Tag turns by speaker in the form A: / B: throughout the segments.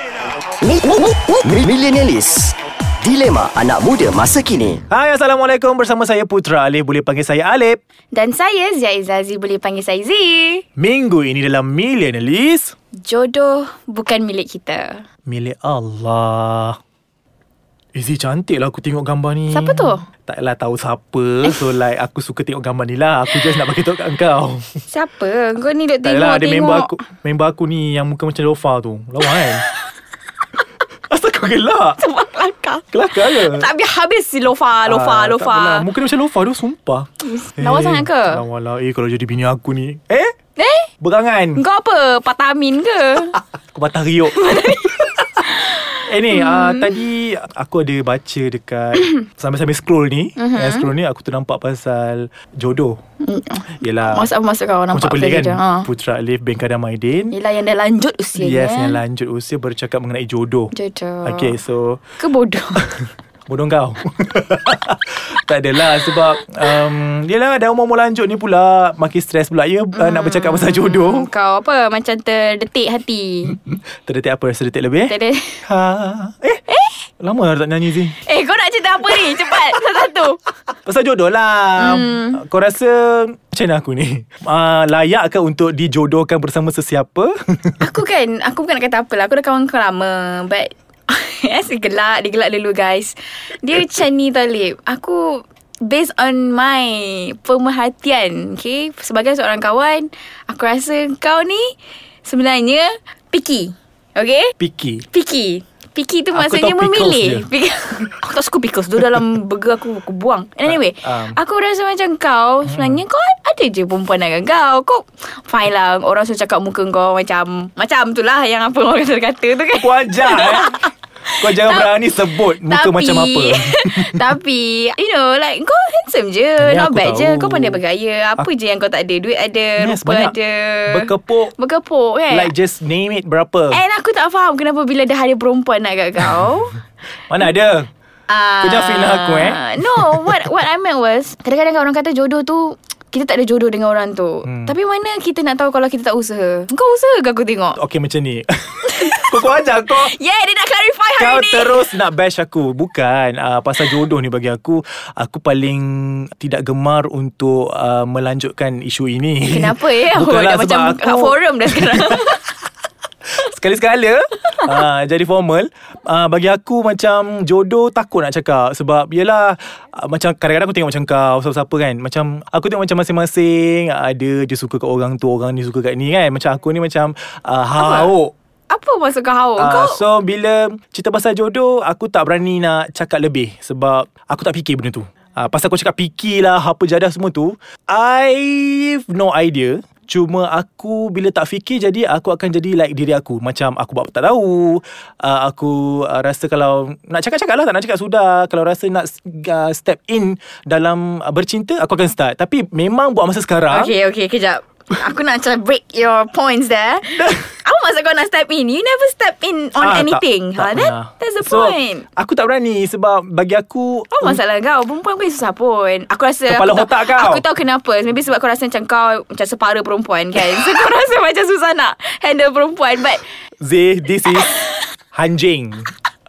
A: Mi- mi- mi- mi- Millenialis Dilema anak muda masa kini
B: Hai, Assalamualaikum. Bersama saya Putra Alif. Boleh panggil saya Alif.
C: Dan saya Zia Izazi boleh panggil saya Z.
B: Minggu ini dalam Millenialis.
C: Jodoh bukan milik kita.
B: Milik Allah. Izzy cantik lah aku tengok gambar ni
C: Siapa tu?
B: Taklah tahu siapa So like aku suka tengok gambar ni lah Aku just nak bagi tahu kat engkau
C: Siapa? Kau ni duk tengok
B: Taklah ada
C: tengok.
B: member aku Member aku ni yang muka macam Lofa tu Lawa kan Asal kau gelak?
C: Sebab kelakar.
B: Kelakar ke?
C: Tak habis habis si Lofa, Lofa,
B: Ah, tak
C: Lofa.
B: apalah. Muka dia macam Lofa tu sumpah
C: Lawa sangat ke?
B: Lawa lah Eh kalau jadi bini aku ni Eh?
C: Eh?
B: Berangan
C: Kau apa? Patah amin ke?
B: Aku patah riuk Eh ni hmm. uh, Tadi Aku ada baca dekat Sambil-sambil scroll ni uh-huh. Scroll ni aku ternampak pasal Jodoh Yelah
C: Maksud apa maksud kau nampak
B: Macam pelik kan
C: dia? Ha.
B: Putra Alif bin Kadar Maidin
C: Yelah yang dah lanjut usianya.
B: Yes yang lanjut usia Bercakap mengenai jodoh
C: Jodoh.
B: Okay so
C: Ke bodoh?
B: Bodoh kau Tak adalah Sebab um, Yelah dah umur-umur lanjut ni pula Makin stres pula Ya hmm. nak bercakap pasal jodoh
C: Kau apa? Macam terdetik hati.
B: Mm. Terdetik apa Sedetik lebih
C: Terde.
B: ha. Eh? eh Lama dah tak nyanyi Zee
C: Eh kau nak cerita apa ni? Cepat. Satu-satu.
B: Pasal jodoh lah hmm. Kau rasa Macam mana aku ni uh, Layak ke untuk dijodohkan bersama sesiapa
C: Aku kan Aku bukan nak kata apa lah Aku dah kawan kau lama But Yes, dia gelak Dia gelak dulu guys Dia macam ni Talib Aku Based on my Pemerhatian Okay Sebagai seorang kawan Aku rasa kau ni Sebenarnya Picky Okay
B: Picky
C: Picky Picky tu
B: Aku
C: maksudnya
B: tahu pickles
C: memilih
B: je.
C: Pick- Aku tak suka pickles Tu dalam burger aku Aku buang And Anyway
B: Um. Hmm.
C: um. Aku rasa macam kau Sebenarnya kau ada je Perempuan dengan kau Kau Fine lah Orang suruh cakap muka kau Macam Macam tu lah Yang apa orang kata-kata tu kan
B: Kau ajar eh Kau jangan
C: Ta-
B: berani sebut Muka macam apa
C: Tapi You know like Kau handsome je
B: Ni
C: Not
B: Ya, aku
C: bad je
B: tahu. Ah.
C: Kau pandai bergaya Apa je yang kau tak ada Duit ada
B: Yes,
C: Rupa
B: banyak.
C: ada
B: Berkepuk
C: Berkepuk kan
B: Like just name it berapa
C: And aku tak faham Kenapa bila dah ada perempuan nak kat kau
B: Mana ada Kau
C: Ah,
B: jangan fitnah aku, eh.
C: No What what I meant was Kadang-kadang kan orang kata jodoh tu Kita tak ada jodoh dengan orang tu hmm. Tapi mana kita nak tahu Kalau kita tak usaha Kau usaha ke aku tengok
B: Okay macam ni Kau kau ajar kau
C: Yeah dia nak clarify hari
B: Kau
C: ni
B: terus nak bash aku Bukan uh, Pasal jodoh ni bagi aku Aku paling Tidak gemar untuk uh, Melanjutkan isu ini
C: Kenapa ya Oh,
B: Bukanlah
C: dah macam
B: sebab
C: kat
B: aku
C: forum dah sekarang
B: Sekali-sekala uh, Jadi formal uh, Bagi aku macam Jodoh takut nak cakap Sebab Yelah uh, Macam kadang-kadang aku tengok macam kau Siapa-siapa kan Macam Aku tengok macam masing-masing uh, Ada dia suka kat orang tu Orang ni suka kat ni kan Macam aku ni macam uh, Hauk
C: Apa maksud kau hawa
B: Ah,
C: Kau
B: So bila cerita pasal jodoh Aku tak berani nak cakap lebih Sebab aku tak fikir benda tu uh, Pasal kau cakap fikir lah Apa jadah semua tu I've no idea Cuma aku bila tak fikir jadi aku akan jadi like diri aku Macam aku buat apa tak tahu uh, Aku uh, rasa kalau nak cakap-cakap lah tak nak cakap sudah Kalau rasa nak uh, step in dalam uh, bercinta aku akan start Tapi memang buat masa sekarang
C: Okay okay kejap Aku nak macam break your points there Apa maksud kau nak step in You never step in on
B: Ah,
C: anything
B: tak, tak
C: Ah, that,
B: pernah.
C: That's the
B: so,
C: point Oh,
B: Aku tak berani sebab bagi aku
C: Apa masalah kau? Perempuan pun susah pun. Aku rasa...
B: Hmm. Kepala
C: aku
B: otak
C: tahu,
B: kau.
C: Aku tahu kenapa. Maybe sebab kau rasa macam kau macam separa perempuan kan. So kau rasa macam susah nak handle perempuan. But
B: Zee, this is Hanjing.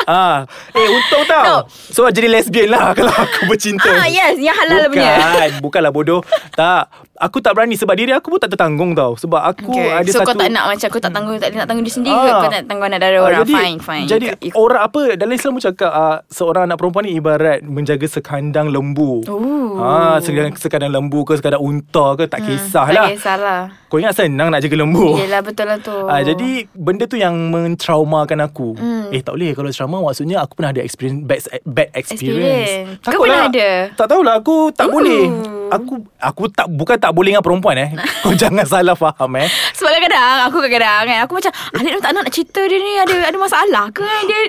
B: Ah, eh untung tau. No.
C: No.
B: Sebab jadi lesbian lah kalau aku bercinta.
C: Ah, yes. Yang halal
B: Bukan,
C: punya.
B: bukanlah bodoh. tak, aku tak berani sebab diri aku pun tak tertanggung tau. Sebab aku okay. ada
C: so
B: satu
C: kau tak nak macam kau tak tanggung, tak boleh nak tanggung dia sendiri
B: Ah.
C: ah. Kau nak tanggung anak
B: Ah,
C: dara orang.
B: jadi,
C: fine, fine.
B: Jadi
C: You- you-
B: orang apa dalam Islam pun cakap uh, seorang anak perempuan ni ibarat menjaga sekandang lembu.
C: Ooh. Hmm,
B: Ha, sekadang sekadang lembu ke sekadang unta ke tak kisahlah.
C: tak kisahlah.
B: Kau ingat senang nak jaga lembu.
C: Yelah betul lah tu.
B: Ah, jadi benda tu yang mentraumakan aku.
C: Hmm.
B: Mm. Eh tak boleh kalau trauma maksudnya aku pernah ada experience bad bad experience.
C: Experience. Kau pernah ada?
B: Tak tahulah aku tak Ooh.
C: Ooh.
B: boleh. Aku aku tak bukan tak boleh dengan perempuan eh. Kau jangan salah faham eh.
C: Sebab kadang-kadang Aku kadang-kadang kan Aku macam Alik ni tak nak nak cerita dia ni Ada ada masalah ke Dia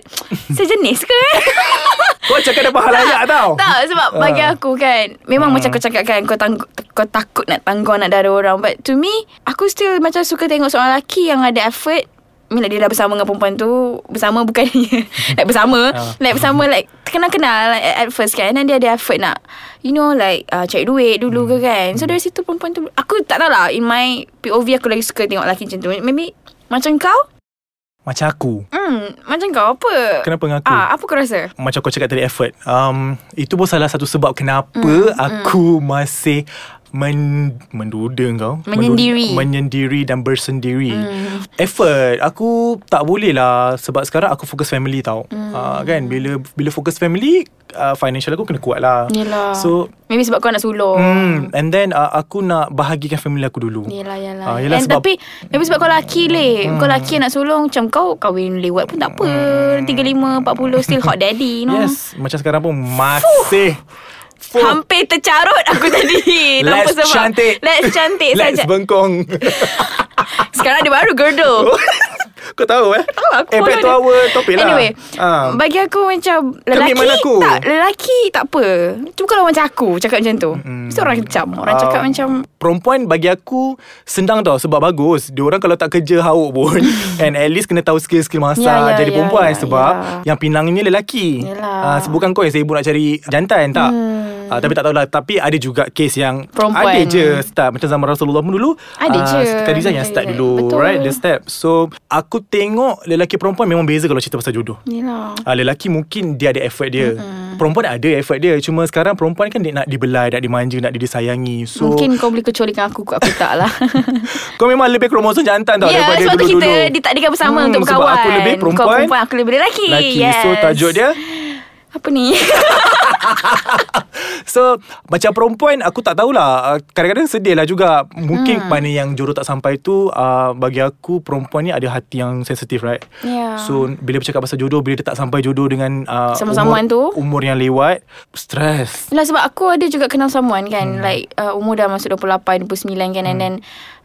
C: sejenis ke
B: Kau cakap depan halayak tau.
C: Tak sebab
B: Ah.
C: bagi aku kan Memang macam kau cakap kan Kau, tang- kau takut nak tanggung anak dara orang But to me Aku still macam suka tengok seorang lelaki Yang ada effort Bila dia dah bersama dengan perempuan tu Bersama bukannya Like bersama
B: Ah.
C: Like bersama like Kenal-kenal like, at- At first kan And then dia ada effort nak You know like uh, Cari duit
B: Hmm.
C: dulu ke kan So dari situ perempuan tu Aku tak tahu lah In my POV aku lagi suka tengok lelaki macam tu Maybe Macam kau
B: Macam aku
C: Hmm, macam kau apa?
B: Kenapa dengan aku?
C: Ah, apa kau rasa?
B: Macam kau cakap tadi effort um, Itu pun salah satu sebab Kenapa mm, aku mm. masih men, Menduda kau
C: Menyendiri.
B: mendu- Menyendiri dan bersendiri mm. Effort Aku tak boleh lah Sebab sekarang aku fokus family tau mm. uh, Kan Bila bila fokus family uh, Financial aku kena kuat lah
C: Yelah.
B: So
C: Maybe sebab kau nak sulung.
B: mm, And then uh, Aku nak bahagikan family aku dulu
C: Yelah, yelah.
B: Ah, yelah
C: And
B: sebab- Hmm.
C: tapi, tapi sebab kau lelaki leh. Kau lelaki nak sulung. Macam kau kahwin lewat pun tak apa. 35, 40 still hot daddy. No?
B: Hmm. Yes Macam sekarang pun Masih Fuh.
C: Hampir tercarut aku tadi.
B: Let's
C: tanpa sebab.
B: cantik
C: Let's cantik
B: Let's
C: saja.
B: bengkong
C: Sekarang dia baru girdle.
B: Oh, Kau tahu eh
C: Tahu aku
B: Eh
C: follow
B: back to
C: dia.
B: our topic lah
C: Anyway
B: Ah.
C: Bagi aku macam Lelaki
B: Komitmen aku.
C: tak Lelaki tak apa Cuma kalau macam aku Cakap macam tu mm. Mesti orang kecam Orang
B: Hmm. Ah,
C: cakap macam
B: Perempuan bagi aku Senang tau Sebab bagus Diorang kalau tak kerja Hauk pun And at least kena tahu Skill-skill masak
C: Ya, ya,
B: Jadi
C: ya,
B: perempuan
C: ya,
B: Sebab
C: ya.
B: Yang pinang ni lelaki
C: Yelah.
B: Ah, Bukan kau yang sibuk Nak cari jantan tak hmm. Tapi tak tahulah Tapi ada juga kes yang
C: Perempuan.
B: Ada je start Macam zaman Rasulullah pun dulu
C: Ada
B: ah,
C: je.
B: Khadijah yang
C: Ada
B: start
C: je.
B: dulu
C: Betul.
B: Right The step So Aku tengok Lelaki perempuan memang beza Kalau cerita pasal jodoh
C: Yelah
B: uh, Lelaki mungkin dia ada effort dia mm-hmm. Perempuan ada effort dia Cuma sekarang perempuan kan dia nak dibelai Nak dimanja Nak disayangi So
C: Mungkin kau boleh kecualikan aku Aku tak lah
B: kau memang lebih kromosom jantan tau
C: Ya
B: Daripada
C: sebab tu
B: dulu-dulu
C: kita Ditadakan bersama
B: Hmm,
C: untuk
B: sebab
C: berkawan
B: aku lebih
C: Kau
B: perempuan,
C: perempuan Aku lebih lelaki
B: Lelaki
C: yes.
B: So tajuk dia
C: Apa ni
B: So macam perempuan Aku tak tahulah uh, Kadang-kadang sedih lah juga Mungkin hmm. mana yang jodoh tak sampai tu uh, Bagi aku perempuan ni ada hati yang sensitif right
C: Ya.
B: So bila bercakap pasal jodoh Bila dia tak sampai jodoh dengan uh,
C: Sama-samaan
B: umur,
C: tu.
B: Umur yang lewat Stress
C: Yelah Lah, sebab aku ada juga kenal someone kan hmm. Like uh, umur dah masuk 28, 29 kan hmm. And then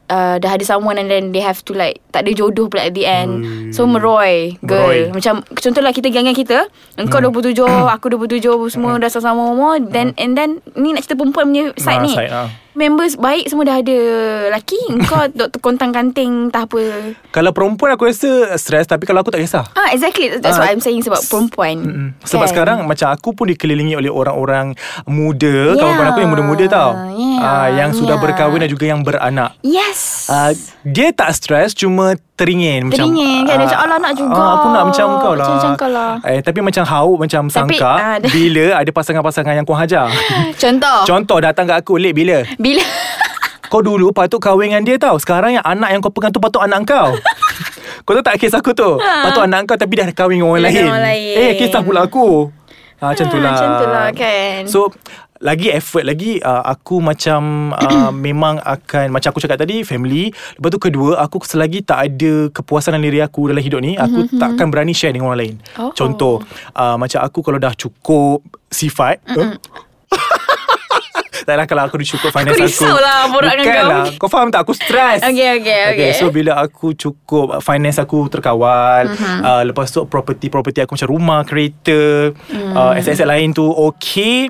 C: uh, dah ada someone And then they have to like Tak ada jodoh pula at the end So meroy girl
B: Hmm. Meroy.
C: Macam contohlah kita geng-geng kita Engkau hmm. 27, aku 27
B: Hmm.
C: Semua dah sama-sama umur Then And then ni nak cerita perempuan punya side
B: Ah,
C: ni
B: Hmm. side, ah.
C: Members baik semua dah ada laki Engkau dok terkontang-kanting tak apa
B: Kalau perempuan aku rasa stress Tapi kalau aku tak kisah
C: Ah exactly That's
B: Ah.
C: what I'm saying Sebab perempuan
B: Mm-mm. Sebab
C: Kan?
B: sekarang macam aku pun dikelilingi oleh orang-orang muda,
C: Yeah.
B: kawan-kawan aku yang muda-muda tau.
C: Yeah.
B: Ah, yang sudah
C: Yeah.
B: berkahwin dan juga yang beranak.
C: ya. Yes
B: Uh, dia tak stres cuma teringin macam
C: Teringin kan? Dia macam, "Alah, nak juga.
B: ah, Aku nak macam kau lah
C: Macam-macam kau lah."
B: eh, Tapi macam hauk Macam
C: Tapi,
B: sangka
C: ah, dia-
B: Bila ada pasangan-pasangan yang kau hajar
C: Contoh
B: Contoh datang kat aku Late bila
C: Bila
B: Kau dulu patut kahwin dengan dia tau Sekarang yang anak yang kau pegang tu Patut anak kau Kau tahu tak kisah aku tu Patut anak kau Tapi dah kahwin dengan orang
C: Ha. Dengan
B: lain
C: orang lain.
B: Eh kisah pula aku ha, Macam tu lah
C: Macam tu lah kan
B: So lagi effort lagi uh, aku macam uh, memang akan macam aku cakap tadi family lepas tu kedua aku selagi tak ada kepuasan dalam diri aku dalam hidup ni aku mm-hmm. takkan berani share dengan orang lain
C: Mhm, Oh.
B: contoh uh, macam aku kalau dah cukup sifat eh? Tak lah kalau aku dah cukup finance aku
C: risau lah borak dengan
B: Bukan
C: kau.
B: lah Kau faham tak Aku stress
C: Okay, okay, okay.
B: So bila aku cukup uh, Finance aku terkawal
C: Mhm.
B: mm-hmm. uh, Lepas tu property-property aku Macam rumah, kereta mm. uh,
C: Hmm.
B: Aset-aset lain tu Okay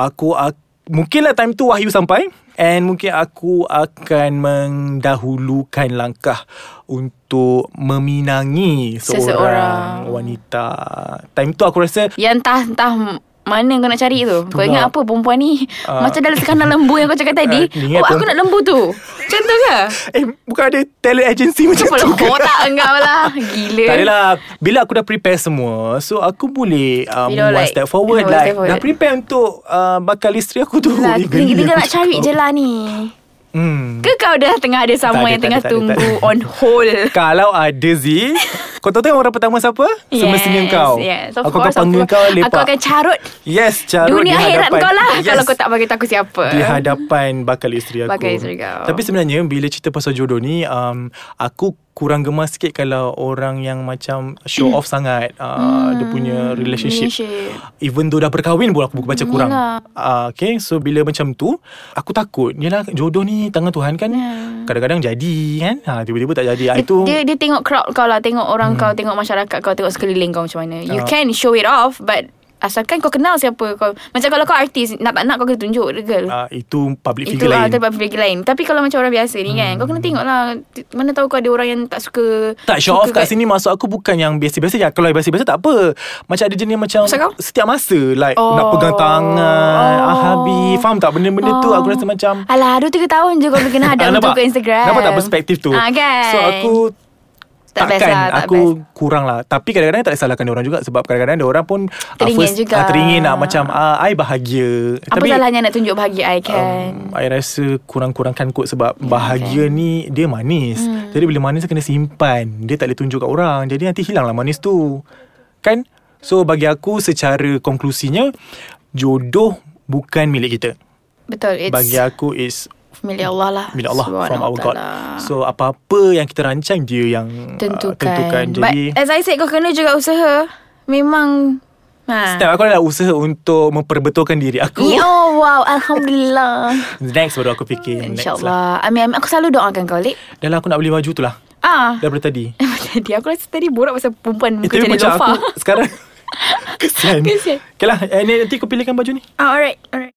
B: Aku uh, Mungkinlah time tu Wahyu sampai And mungkin aku akan mendahulukan langkah Untuk meminangi seorang,
C: Seseorang.
B: wanita Time tu aku rasa
C: Yang entah-entah mana kau nak cari tu Kau
B: Itulah.
C: ingat apa perempuan ni uh,
B: Ah.
C: Macam dalam sekanan lembu yang kau cakap tadi
B: Ah, ni kan
C: Oh aku
B: perempuan-
C: nak lembu tu Macam tu ke
B: Eh bukan ada talent agency macam
C: Kepala
B: tu ke?
C: kotak engkau lah Gila
B: Tak adalah Bila aku dah prepare semua So aku boleh um,
C: Bila
B: One
C: like-
B: like, step forward
C: one
B: like,
C: step forward.
B: Dah prepare untuk uh, Bakal isteri aku tu
C: lah
B: Eh,
C: Kita
B: geli
C: kita
B: aku
C: nak cari
B: cakap.
C: je lah ni
B: hmm.
C: Ke kau dah tengah ada
B: Tak
C: sama
B: ada,
C: yang
B: tak
C: tengah
B: ada, tak ada,
C: tunggu
B: tak ada.
C: on hold
B: Kalau ada Z Kau tahu tak orang pertama siapa? Semestinya kau
C: yes. Of
B: Aku akan
C: course,
B: panggil
C: aku-
B: kau lepak
C: Aku akan carut
B: Yes carut di
C: Dunia akhirat
B: hadapan.
C: kau lah
B: yes.
C: Kalau kau tak bagi tahu aku siapa
B: di hadapan bakal isteri aku.
C: Bakal isteri kau.
B: Tapi sebenarnya bila cerita pasal jodoh ni, um, aku kurang gemar sikit kalau orang yang macam show off sangat uh, dia punya relationship.
C: Hmm, relationship.
B: Even though dah berkahwin pun aku baca kurang.
C: Yelah.
B: Uh, okay, so bila macam tu, aku takut. Yelah jodoh ni tangan Tuhan kan.
C: Ya.
B: Kadang-kadang jadi kan. Ha, tiba-tiba tak jadi. Ah,
C: Dia,
B: Itu Hmm.
C: dia dia tengok crowd kau lah Tengok orang kau Tengok masyarakat kau Tengok sekeliling kau macam mana You
B: Ah.
C: can show it off But Asalkan kau kenal siapa kau Macam kalau kau artis Nak tak nak kau kena tunjuk dia girl
B: uh, itu public
C: Itu
B: figure
C: lah
B: lain. Hmm.
C: tempat figure lain Tapi kalau macam orang biasa ni kan Kau kena tengok lah T- Mana tahu kau ada orang yang tak suka
B: Tak show
C: suka
B: off kat sini Maksud aku bukan yang biasa-biasa je Kalau yang biasa-biasa tak apa Macam ada jenis macam
C: Maksud kau?
B: Setiap masa Like
C: Oh.
B: oh. nak pegang tangan
C: Oh.
B: oh. ah, Habis Faham tak benda-benda tu Aku rasa macam
C: Alah 2-3 tahun je kau kena hadap
B: Ah,
C: Untuk ke Instagram
B: Nampak tak perspektif tu
C: ah, kan
B: So aku
C: Tak best
B: Takkan
C: lah, tak
B: aku kurang lah Tapi kadang-kadang tak salahkan orang juga Sebab kadang-kadang orang pun ah,
C: Teringin
B: first,
C: juga.
B: ah, Teringin nak macam ah, I bahagia
C: Apa
B: Tapi
C: salahnya nak tunjuk bahagia I
B: Um,
C: kan?
B: I rasa kurang-kurangkan kot sebab
C: Ya,
B: bahagia okay. ni dia manis. Hmm. Jadi bila manis kena simpan. Dia tak boleh tunjuk kat orang. Jadi nanti hilanglah manis tu. Kan? So bagi aku secara konklusinya jodoh bukan milik kita.
C: Betul. It's
B: Bagi aku is
C: milik Allah lah.
B: milik Allah from our God.
C: Subhanallah.
B: So apa-apa yang kita rancang dia yang
C: tentukan.
B: Uh, tentukan.
C: But
B: Jadi
C: as I said kau kena juga usaha. Memang ha.
B: Setiap aku adalah usaha untuk memperbetulkan diri aku.
C: Ya oh, wow Alhamdulillah
B: Next baru aku fikir. Next lah.
C: InsyaAllah Amin amin Aku selalu doakan kau Lik
B: Dah lah aku nak beli baju tu lah.
C: Ah
B: Daripada tadi.
C: Tadi aku rasa tadi borak pasal perempuan
B: Itu
C: Muka jadi
B: Eh, macam
C: lofa
B: aku sekarang Kesian
C: Kesian.
B: Okay lah eh, ni Nanti kau pilihkan baju ni
C: Ah alright Alright